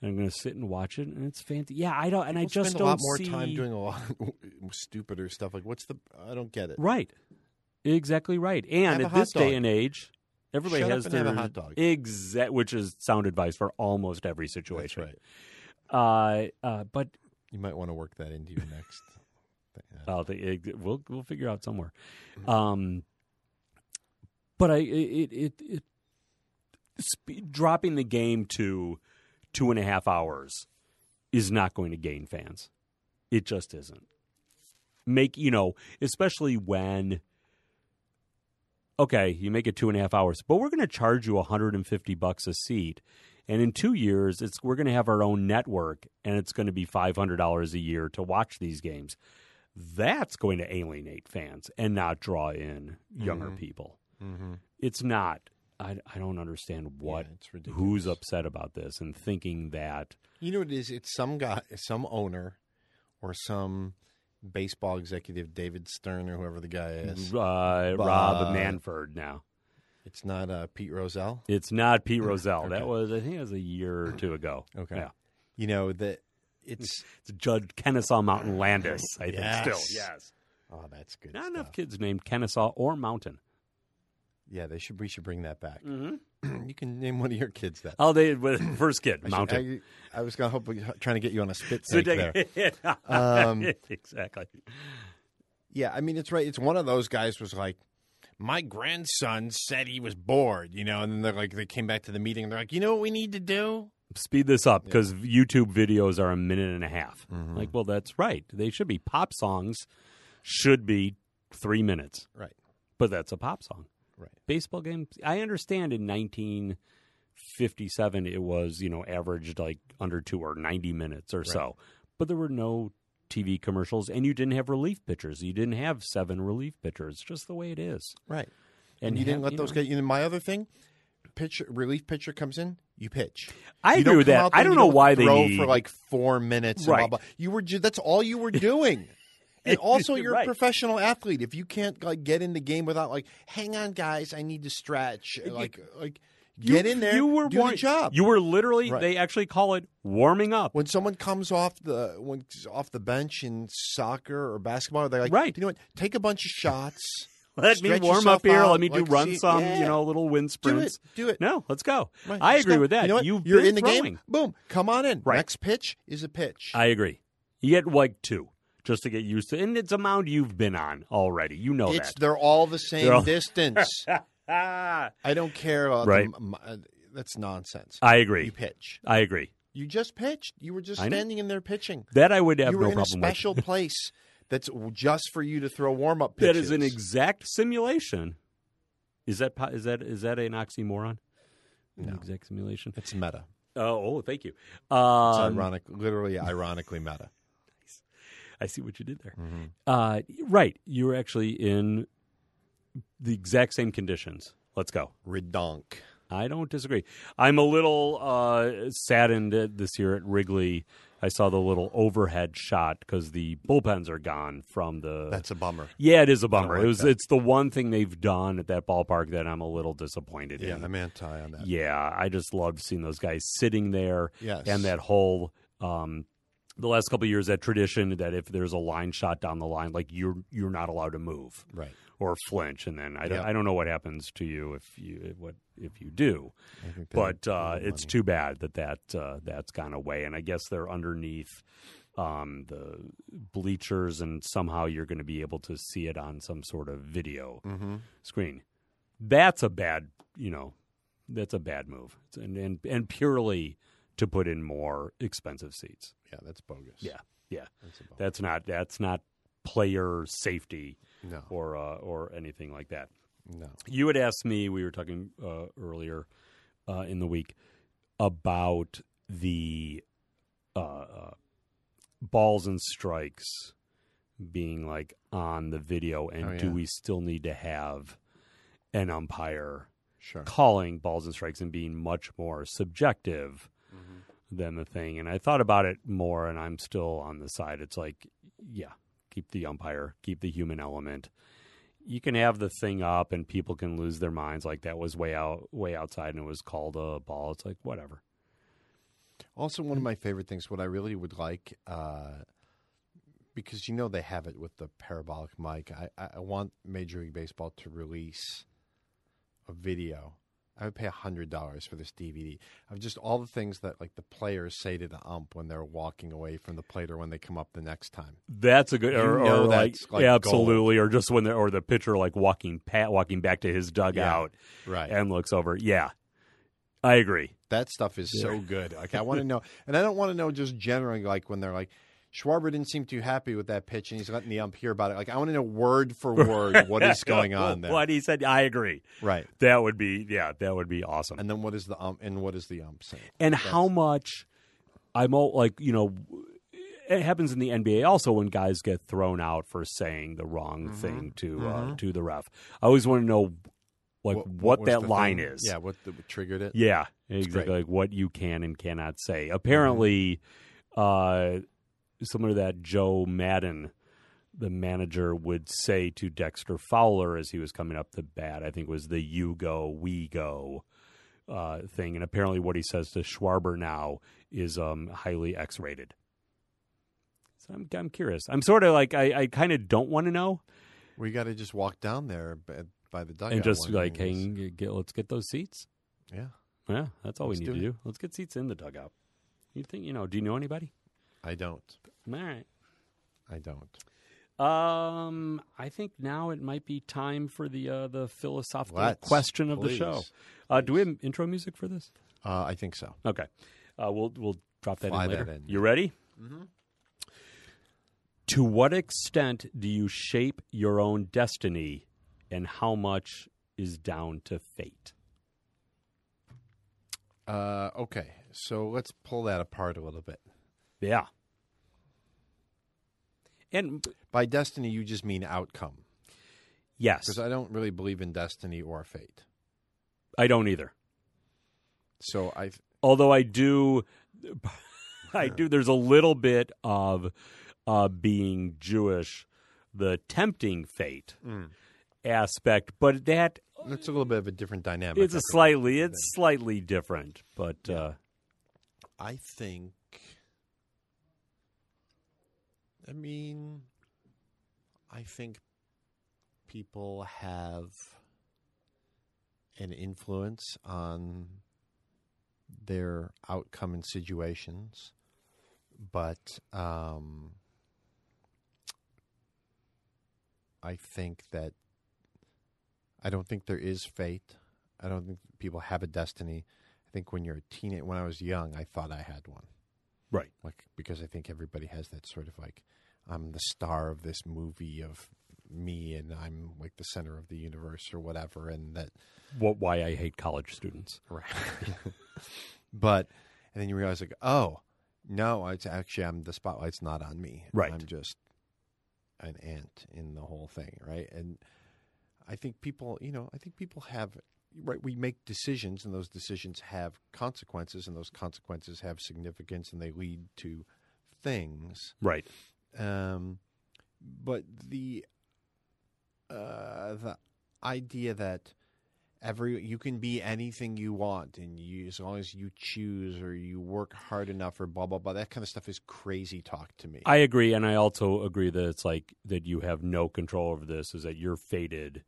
And I'm going to sit and watch it, and it's fantastic. Yeah, I don't, and I
People
just
spend
don't
a lot more
see
time doing a lot of stupider stuff. Like, what's the? I don't get it.
right, exactly right.
Have
And
a
at this
hot dog.
day and age, everybody
Shut up
has
and
their
have a hot dog.
exact, which is sound advice for almost every
That's
situation.
right.
Uh, uh, but
You might want to work that into your next. (laughs) thing.
I'll think it, we'll we'll figure out somewhere. Um, but I it it, it sp- dropping the game to two and a half hours is not going to gain fans. It just isn't. Make you know, especially when. Okay, you make it two and a half hours, but we're going to charge you 150 bucks a seat, and in two years, it's we're going to have our own network, and it's going to be 500 dollars a year to watch these games that's going to alienate fans and not draw in younger people.
Mm-hmm.
It's not. I, I don't understand what
it's ridiculous.
who's upset about this and thinking that
You know what it is? It's some guy, some owner, or some baseball executive, David Stern or whoever the guy is.
uh,
But-
Rob Manford now.
It's not uh, Pete Rozelle.
It's not
(laughs)
Pete Rozelle.
Okay.
That was I think it was a year or two ago.
Okay.
Yeah.
You know that
(laughs)
it's.
It's Judge Kennesaw Mountain Landis, I think
Yes.
still. Yes.
Oh, that's good.
Not
stuff.
enough kids named Kennesaw or Mountain.
Yeah, they should. We should bring that back. (clears throat)
Mm-hmm.
you can name one of your kids that.
Oh, they well, (laughs) first kid,
I should-
Mountain.
I, I was gonna hope trying to get you on a
(laughs)
spit
So
take there. (laughs)
take- (laughs)
Um,
exactly.
Yeah, I mean it's right. It's one of those guys was like, my grandson said he was bored, you know, and then they're like they came back to the meeting and they're like, you know what we need to do?
speed this up because YouTube videos are a minute and a half.
Mm-hmm.
Like, well, that's right. They should be pop songs, should be three minutes,
Right,
but that's a pop song.
right.
Baseball games, I understand in 1957, it was, you know, averaged like under two or 90 minutes or so, but there were no TV commercials and you didn't have relief pitchers. You didn't have seven relief pitchers, just the way it is.
Right. And, you didn't
have-
let those
know.
get you know, my other thing, pitcher relief pitcher comes in, you pitch.
I
You
agree
don't
with
come
that.
out there,
I don't
you
know why they
throw
need-
for like four minutes. and
Right.
blah, blah. You were ju- that's all you were
(laughs)
doing. And also, you're
Right.
a professional athlete. If you can't like get in the game without like, hang on, guys, I need to stretch. Like, like get
You-
in there.
You were
do
warm-
the job.
You were literally.
Right.
They actually call it warming up.
when someone comes off the when off the bench in soccer or basketball, they're like,
Right.
You know what? Take a bunch of shots.
(laughs) Let me
stretch
warm
yourself
up here.
out,
Let me do
like,
run
see-
some, you
yeah.
know, little wind
Do
sprints.
it. Do it.
No, let's go.
Right,
I
just
agree
go.
with that.
You know what?
You've
You're
been
in the
throwing.
game. Boom. Come on in.
Right.
Next pitch is a pitch.
I agree. You get like two just to get used to, and it's a mound you've been on already. You know
it's
that.
they're all the same
They're all- (laughs)
distance.
Ah,
I don't care about
Right.
the, m- m- that's nonsense.
(laughs) I agree.
You pitch.
I agree.
You just pitched. You were just
I know.
standing in there pitching.
That I would have
You were
no
in a
problem with. (laughs)
special place that's just for you to throw warm up
That
pitches.
is an exact simulation. Is that po- is that is that an oxymoron? An
No.
exact simulation.
It's meta.
Oh, oh, thank you.
It's
Um,
ironic, literally ironically meta.
I see what you did there.
Mm-hmm.
Uh, right. You were actually in the exact same conditions. Let's go.
Redonk.
I don't disagree. I'm a little uh, saddened that this year at Wrigley. I saw the little overhead shot because the bullpens are gone from the.
That's a bummer.
yeah, it is a bummer.
like
it was.
that.
It's the one thing they've done at that ballpark that I'm a little disappointed
Yeah,
in.
I'm anti on that.
Yeah, I just loved seeing those guys sitting there.
Yes.
and that whole um, the last couple of years that tradition that if there's a line shot down the line, like you're you're not allowed to move
Right.
or flinch, and then I don't,
Yeah.
I don't know what happens to you if you what if you do,
I think they
but
need
uh,
more
it's
money.
too bad that that uh, that's gone away, and I guess they're underneath. Um, the bleachers, and somehow you're going to be able to see it on some sort of video
Mhm.
screen. That's a bad, you know, that's a bad move, and and, and purely to put in more expensive seats.
Yeah, that's bogus.
Yeah, yeah.
That's a bogus.
That's not that's not player safety
no,
or uh, or anything like that.
no.
You had asked me. We were talking uh, earlier uh, in the week about the uh, uh, balls and strikes being like on the video, and
Oh,
do
yeah.
we still need to have an umpire
Sure.
calling balls and strikes and being much more subjective
Mm-hmm.
than the thing. And I thought about it more, and I'm still on the side. It's like, yeah, keep the umpire, keep the human element. You can have the thing up, and people can lose their minds. Like that was way out, way outside, and it was called a ball. It's like whatever.
Also, one of my favorite things, what I really would like, uh, because you know they have it with the parabolic mic, I, I I want Major League Baseball to release a video. I would pay hundred dollars for this DVD of just all the things that like the players say to the ump when they're walking away from the plate or when they come up the next time.
That's a good,
You
or,
know
or like,
that's, like,
yeah, absolutely, or just when the or the pitcher like walking pat walking back to his dugout
Right.
and looks over. Yeah, I agree.
That stuff is so good. Like I
(laughs)
want to know, and I don't want to know just generally like when they're like. Schwarber didn't seem too happy with that pitch, and he's letting the ump hear about it. Like I want to know word for word what
(laughs)
is going on there.
What he said, I agree.
Right.
That would be yeah, that would be awesome. And,
And then what is the ump? And what is the ump saying?
how much I'm all, like, you know, it happens in the NBA also when guys get thrown out for saying the wrong thing to uh, to the ref. I always want to know like what,
was
that
the
line
thing-
is.
Yeah, what, the, what triggered it?
Yeah,
great. Mm-hmm.
exactly. Like what you can and cannot say. Apparently, uh, similar to that, Joe Madden, the manager, would say to Dexter Fowler as he was coming up the bat, I think it was the you go, we go uh, thing. And apparently, what he says to Schwarber now is um, highly X rated. So I'm, I'm curious. I'm sort of like, I, I kind of don't want to know
We got to just walk down there by, by the dugout
and just
wondering
like,
is-
hang, get, let's get those seats.
Yeah,
Yeah, that's all
Let's
we need
do
to do. Let's get seats in the dugout. You think you know? Do you know anybody?
I don't.
All right.
I don't.
Um, I think now it might be time for the uh, the philosophical
Let's,
question of the show.
please.
Uh, do we have intro music for this?
Uh, I think so.
Okay, uh, we'll we'll drop that
Fly
in later.
that in.
You ready? Mm-hmm. To what extent do you shape your own destiny, and how much is down to fate?
Uh, okay, so let's pull that apart a little bit.
Yeah. And
By destiny, you just mean outcome,
yes,
because I don't really believe in destiny or fate.
I don't either.
So I,
although I do, (laughs) I do. There's a little bit of uh, being Jewish, the tempting fate aspect, but that
it's a little bit of a different dynamic.
it's a slightly it's slightly different. But uh,
I think. I mean, I think people have an influence on their outcome in situations, but um, I think that I don't think there is fate. I don't think people have a destiny. I think when you're a teenager, when I was young, I thought I had one.
right,
Like because I think everybody has that sort of like, I'm the star of this movie of me, and I'm like the center of the universe or whatever, and that.
what why I hate college students.
Right. (laughs) but and then you realize like, oh no, it's actually I'm the spotlight's not on me.
Right.
I'm just an ant in the whole thing, right? And I think people, you know, I think people have right we make decisions and those decisions have consequences and those consequences have significance and they lead to things
Right,
um, but the uh, the idea that every you can be anything you want, and you as long as you choose or you work hard enough or blah blah blah, that kind of stuff is crazy talk to me.
I agree, and I also agree that it's like that you have no control over this. Is that you're fated.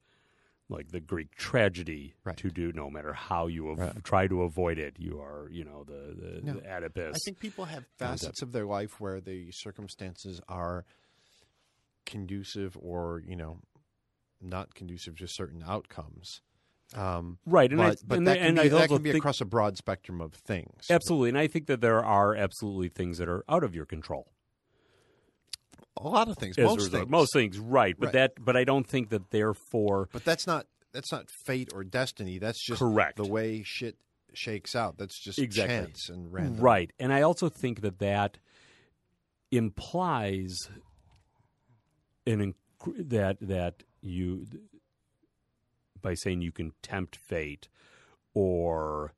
Like the Greek tragedy
Right.
to do, no matter how you av-
Right.
try to avoid it, you are, you know, the the,
No.
the Oedipus.
I think people have
Concept.
facets of their life where the circumstances are conducive or, you know, not conducive to certain outcomes. Um,
Right, and I-
but, but
and
that
the-
can
and
be,
I
that
also
can be
think-
across a broad spectrum of things.
Absolutely. And I think that there are absolutely things that are out of your control.
A lot of things.
as a
Most
result.
things.
Most things, right. But
Right.
that but I don't think that therefore
But that's not that's not fate or destiny. That's just
Correct.
the way shit shakes out. That's just
Exactly.
chance and random.
right. And I also think that that implies an inc- that that you by saying you can tempt fate or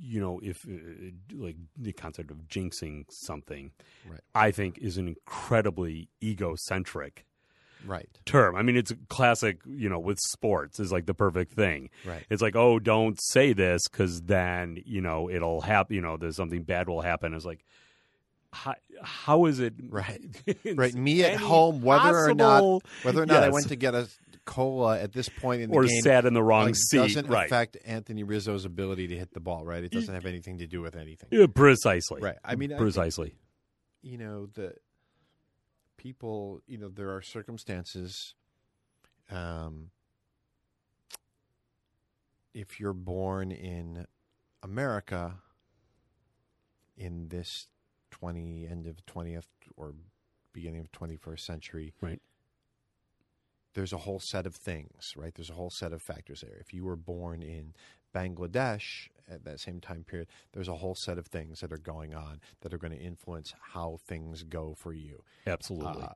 you know if uh, like the concept of jinxing something
Right.
i think is an incredibly egocentric
Right.
term. I mean, it's classic, you know, with sports is like the perfect thing.
Right.
It's like, oh, don't say this because then, you know, it'll happen, you know, there's something bad will happen. It's like, how, how is it? (laughs)
Right.
it's
Right. Me at
any
home, whether or not
possible-
whether or not I
Yes.
went to get a cola at this point in the
or
game
sat in the wrong
like,
seat.
doesn't
right.
affect Anthony Rizzo's ability to hit the ball. Right. It doesn't have anything to do with anything.
Yeah, precisely.
Right. I mean, I think-
precisely.
you know the people you know there are circumstances um if you're born in america in this 20 end of 20th or beginning of 21st century
Right.
there's a whole set of things right there's a whole set of factors there if you were born in bangladesh at that same time period there's a whole set of things that are going on that are going to influence how things go for you Uh,
Absolutely.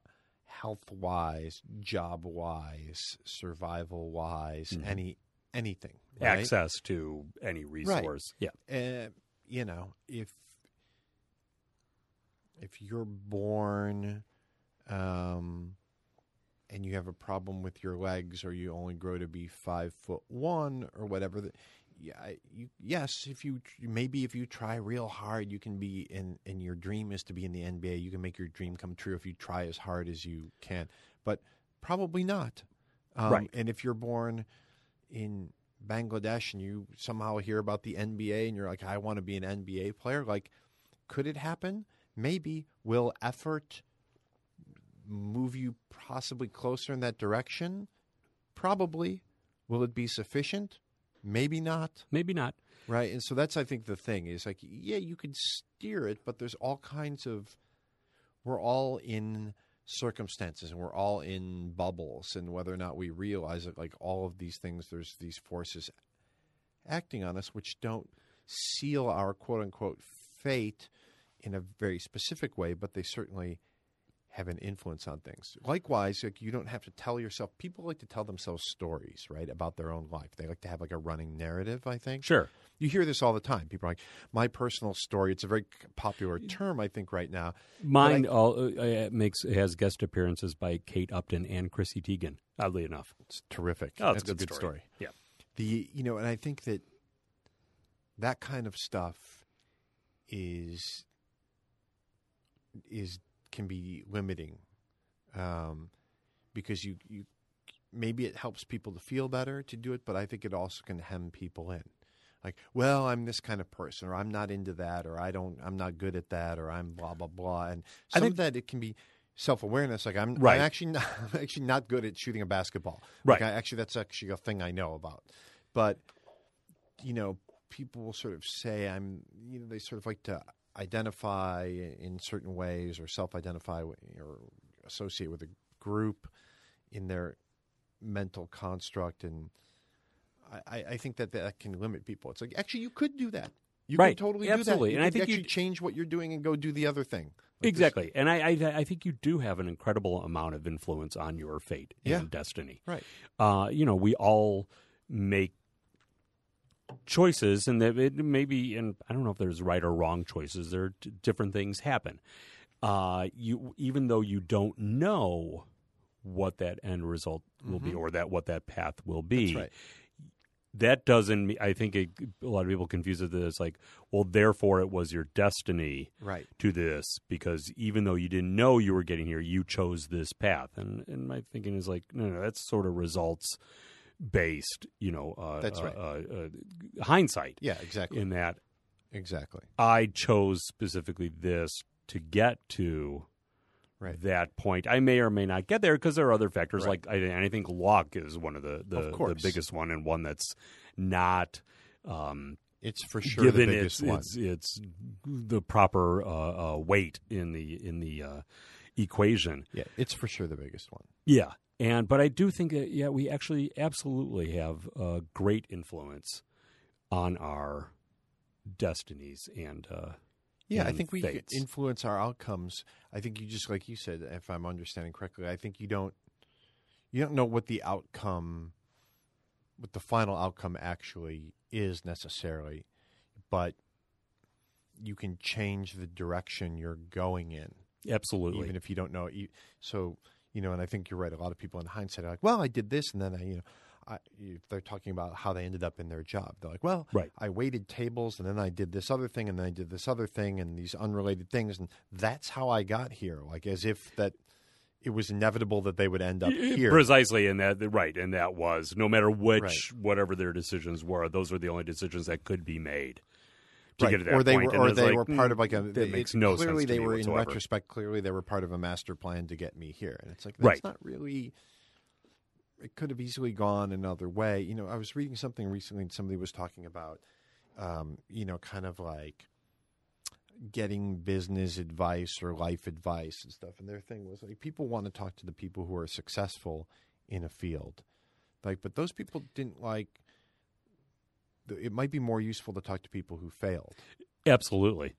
health wise job wise survival wise
Mhm.
any anything right?
Access to any resource. Yeah.
uh, you know, if if you're born um, and you have a problem with your legs, or you only grow to be five foot one, or whatever, the, yeah, I- you, yes, if you tr- maybe if you try real hard, you can be in. And your dream is to be in the NBA. You can make your dream come true if you try as hard as you can, but probably not. Um,
Right.
And if you're born in Bangladesh and you somehow hear about the NBA and you're like, I want to be an NBA player, like, could it happen? Maybe. Will effort move you possibly closer in that direction? Probably. Will it be sufficient? Maybe not.
Maybe not.
Right. And so that's, I think, the thing is like, yeah, you can steer it, but there's all kinds of, we're all in circumstances and we're all in bubbles. And whether or not we realize it, like all of these things, there's these forces acting on us which don't seal our quote unquote fate in a very specific way, but they certainly have an influence on things. Likewise, like you don't have to tell yourself, people like to tell themselves stories, right, about their own life. They like to have like a running narrative, I think.
Sure.
You hear this all the time. People are like, my personal story. It's a very popular term, I think, right now.
Mine all, uh, uh, makes has guest appearances by Kate Upton and Chrissy Teigen. Oddly enough,
It's terrific.
Oh, it's
That's
a good story. yeah,
The you know, and I think that that kind of stuff is is can be limiting um, because you you maybe it helps people to feel better to do it, but I think it also can hem people in. Like, well, I'm this kind of person, or I'm not into that, or I don't, I'm not good at that, or I'm blah blah blah. And
I
some
think-
of that it can be self awareness. Like, I'm,
Right.
I'm actually not, (laughs) I'm actually not good at shooting a basketball.
Right.
Like, I, actually, that's actually a thing I know about. But you know, people will sort of say I'm. You know, they sort of like to identify in certain ways or self-identify or associate with a group in their mental construct and I- I, I think that that can limit people. It's like actually you could do that. You
Right.
could totally do that.
Absolutely.
You
And I
could
think you-
actually change what you're doing and go do the other thing. Like this-
exactly. And I, I I think you do have an incredible amount of influence on your fate
Yeah.
and destiny.
Right.
Uh, you know, we all make choices, and that it maybe and I don't know if there's right or wrong choices. There are d- different things happen. Uh, you even though you don't know what that end result will be or that what that path will be.
That's right.
that doesn't me- i think it, a lot of people confuse it that it's like well therefore it was your destiny
Right.
to this because even though you didn't know you were getting here you chose this path and and my thinking is like no no that's sort of results based you know uh,
That's
uh,
right.
uh, uh, hindsight
Yeah. Exactly.
in that
exactly.
i chose specifically this to get to
Right.
that point. I may or may not get there because there are other factors.
Right.
Like I, and I think luck is one of the the,
Of
the
course.
biggest one and one that's not um,
It's for sure
given
the biggest
its,
one.
its its the proper uh, uh, weight in the in the uh, equation.
yeah, it's for sure the biggest one.
Yeah, and but I do think that yeah, we actually absolutely have uh, great influence on our destinies and uh,
Yeah, I
and
think we could
fates.
influence our outcomes. I think you just like you said, if I'm understanding correctly, I think you don't you don't know what the outcome what the final outcome actually is necessarily, but you can change the direction you're going in
absolutely
even if you don't know it. You- So you know, and I think you're right. A lot of people in hindsight are like, "Well, I did this, and then I, you know." I, if they're talking about how they ended up in their job, they're like, "Well,
Right.
I waited tables, and then I did this other thing, and then I did this other thing, and these unrelated things, and that's how I got here." Like as if that it was inevitable that they would end up here.
Precisely, and that right, and that was no matter which whatever their decisions were, those were the only decisions that could be made to
Right.
get to that
or they
point.
were,
And
or
it's
they
like,
were part
mm,
of like a.
that
it-
makes no sense
Clearly,
to
they
me
were in
whatsoever.
retrospect. Clearly, they were part of a master plan to get me here, and it's like that's
Right.
not really. It could have easily gone another way. You know, I was reading something recently, and somebody was talking about, um, you know, kind of like getting business advice or life advice and stuff. And their thing was like people want to talk to the people who are successful in a field, like, but those people didn't like. It might be more useful to talk to people who failed.
absolutely.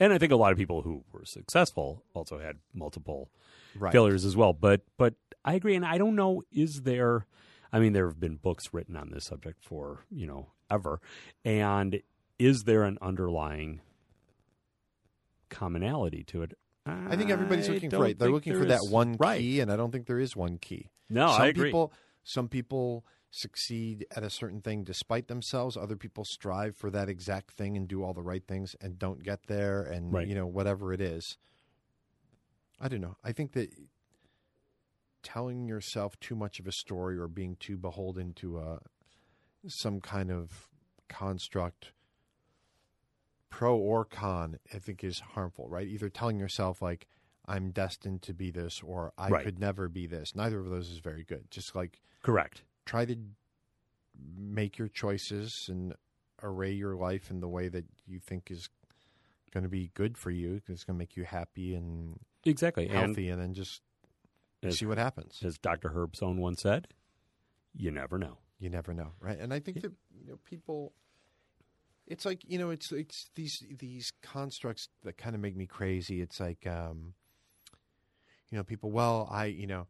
And I think a lot of people who were successful also had multiple
right.
failures as well. But but I agree, and I don't know is there. I mean, there have been books written on this subject for you know ever, and is there an underlying commonality to it?
I think everybody's looking for
don't
right. They're
think
looking
there
for that
is.
one
Right.
key, and I don't think there is one key.
No,
some
I agree.
people some people succeed at a certain thing despite themselves. Other people strive for that exact thing and do all the right things and don't get there, and
Right.
you know whatever it is. I don't know. I think that telling yourself too much of a story or being too beholden to a some kind of construct pro or con i think is harmful right either telling yourself like i'm destined to be this or i
Right.
could never be this neither of those is very good just like
Correct.
try to make your choices and array your life in the way that you think is going to be good for you 'cause it's going to make you happy and
Exactly. And
healthy and then just
Yes.
see what happens
as Dr. Herbstone once said, you never know.
you never know right and i think
Yeah.
that you know, people it's like you know it's it's these these constructs that kind of make me crazy it's like um you know people well i you know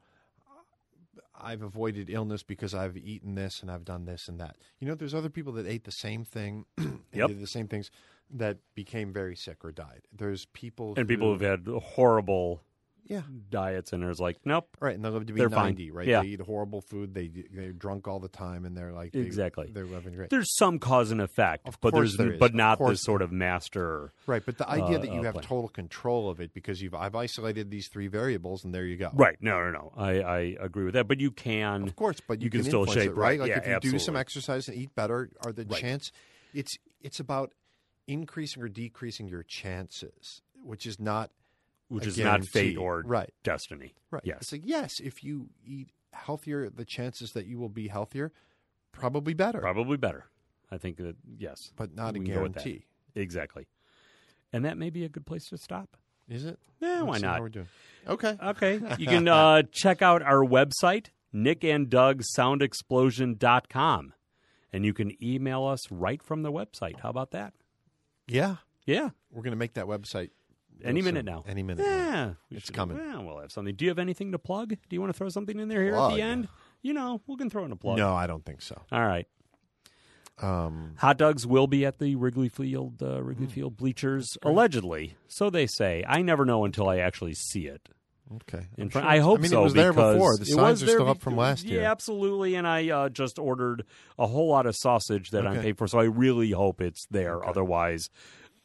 i've avoided illness because i've eaten this and i've done this and that you know there's other people that ate the same thing (clears throat) and
Yep.
did the same things that became very sick or died there's people
And people
who-
who've had horrible
yeah
diets and it's like, nope,
Right, and they live to be
They're fine.
ninety, right?
Yeah.
They eat horrible food. They they're drunk all the time, and they're like they,
Exactly.
They're living great.
there's some cause and effect,
Of
but
course
there's
there is.
but
Of
not
course
this sort of master.
Right, but the idea
uh,
that you
uh,
have
plan.
total control of it because you've I've isolated these three variables and there you go.
Right. No, no, no. I, I agree with that. But you can.
Of course, but you,
You can still
influence
shape,
it, right?
right?
Like
Yeah,
if you do some
absolutely.
exercise and eat better, are the
Right.
chance it's it's about increasing or decreasing your chances, which is not
Which
a
is not fate
guarantee.
or
right,
destiny.
right.
Yes.
It's like yes, if you eat healthier, the chances that you will be healthier probably better,
Probably better. I think that, yes.
but not a
We can go with that.
guarantee.
Exactly. And that may be a good place to stop.
Is it?
Yeah,
Let's
why
see
not?
How we're doing. Okay. (laughs)
Okay. You can uh, check out our website, Nick and Doug soundexplosion.com. And you can email us right from the website. How about that?
yeah,
Yeah.
we're going to make that website
Any
Awesome.
minute now.
Any minute now.
Yeah. we
It's
should-
coming.
Yeah, we'll have something. Do you have anything to plug? Do you want to throw something in there here at
Plug?
the end? You know, we can throw in a plug.
No, I don't think so.
All right.
Um, Hmm.
Hot dogs will be at the Wrigley Field uh, Wrigley Field bleachers allegedly, so they say. I never know until I actually see it.
Okay.
in
I'm
front.
sure.
I hope
I mean,
so.
It was there
because
before. The
it
signs
was
are
there
still
be-
up from last year.
Yeah, absolutely. And I uh, just ordered a whole lot of sausage that I'm
Okay.
paying for, so I really hope it's there.
Okay.
Otherwise,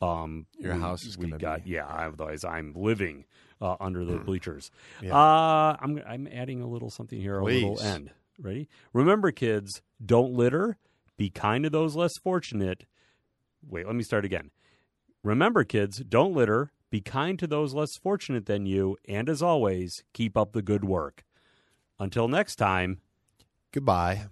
um,
Your
we-
house is
we
gonna
got
be-
yeah. Otherwise, I'm living uh, under the bleachers.
Hmm. Yeah.
Uh, I'm I'm adding a little something here. A little
Please.
end. Ready? Remember, kids, don't litter. Be kind to those less fortunate. Wait, let me start again. Remember, kids, don't litter. Be kind to those less fortunate than you, and as always, keep up the good work. Until next time.
Goodbye.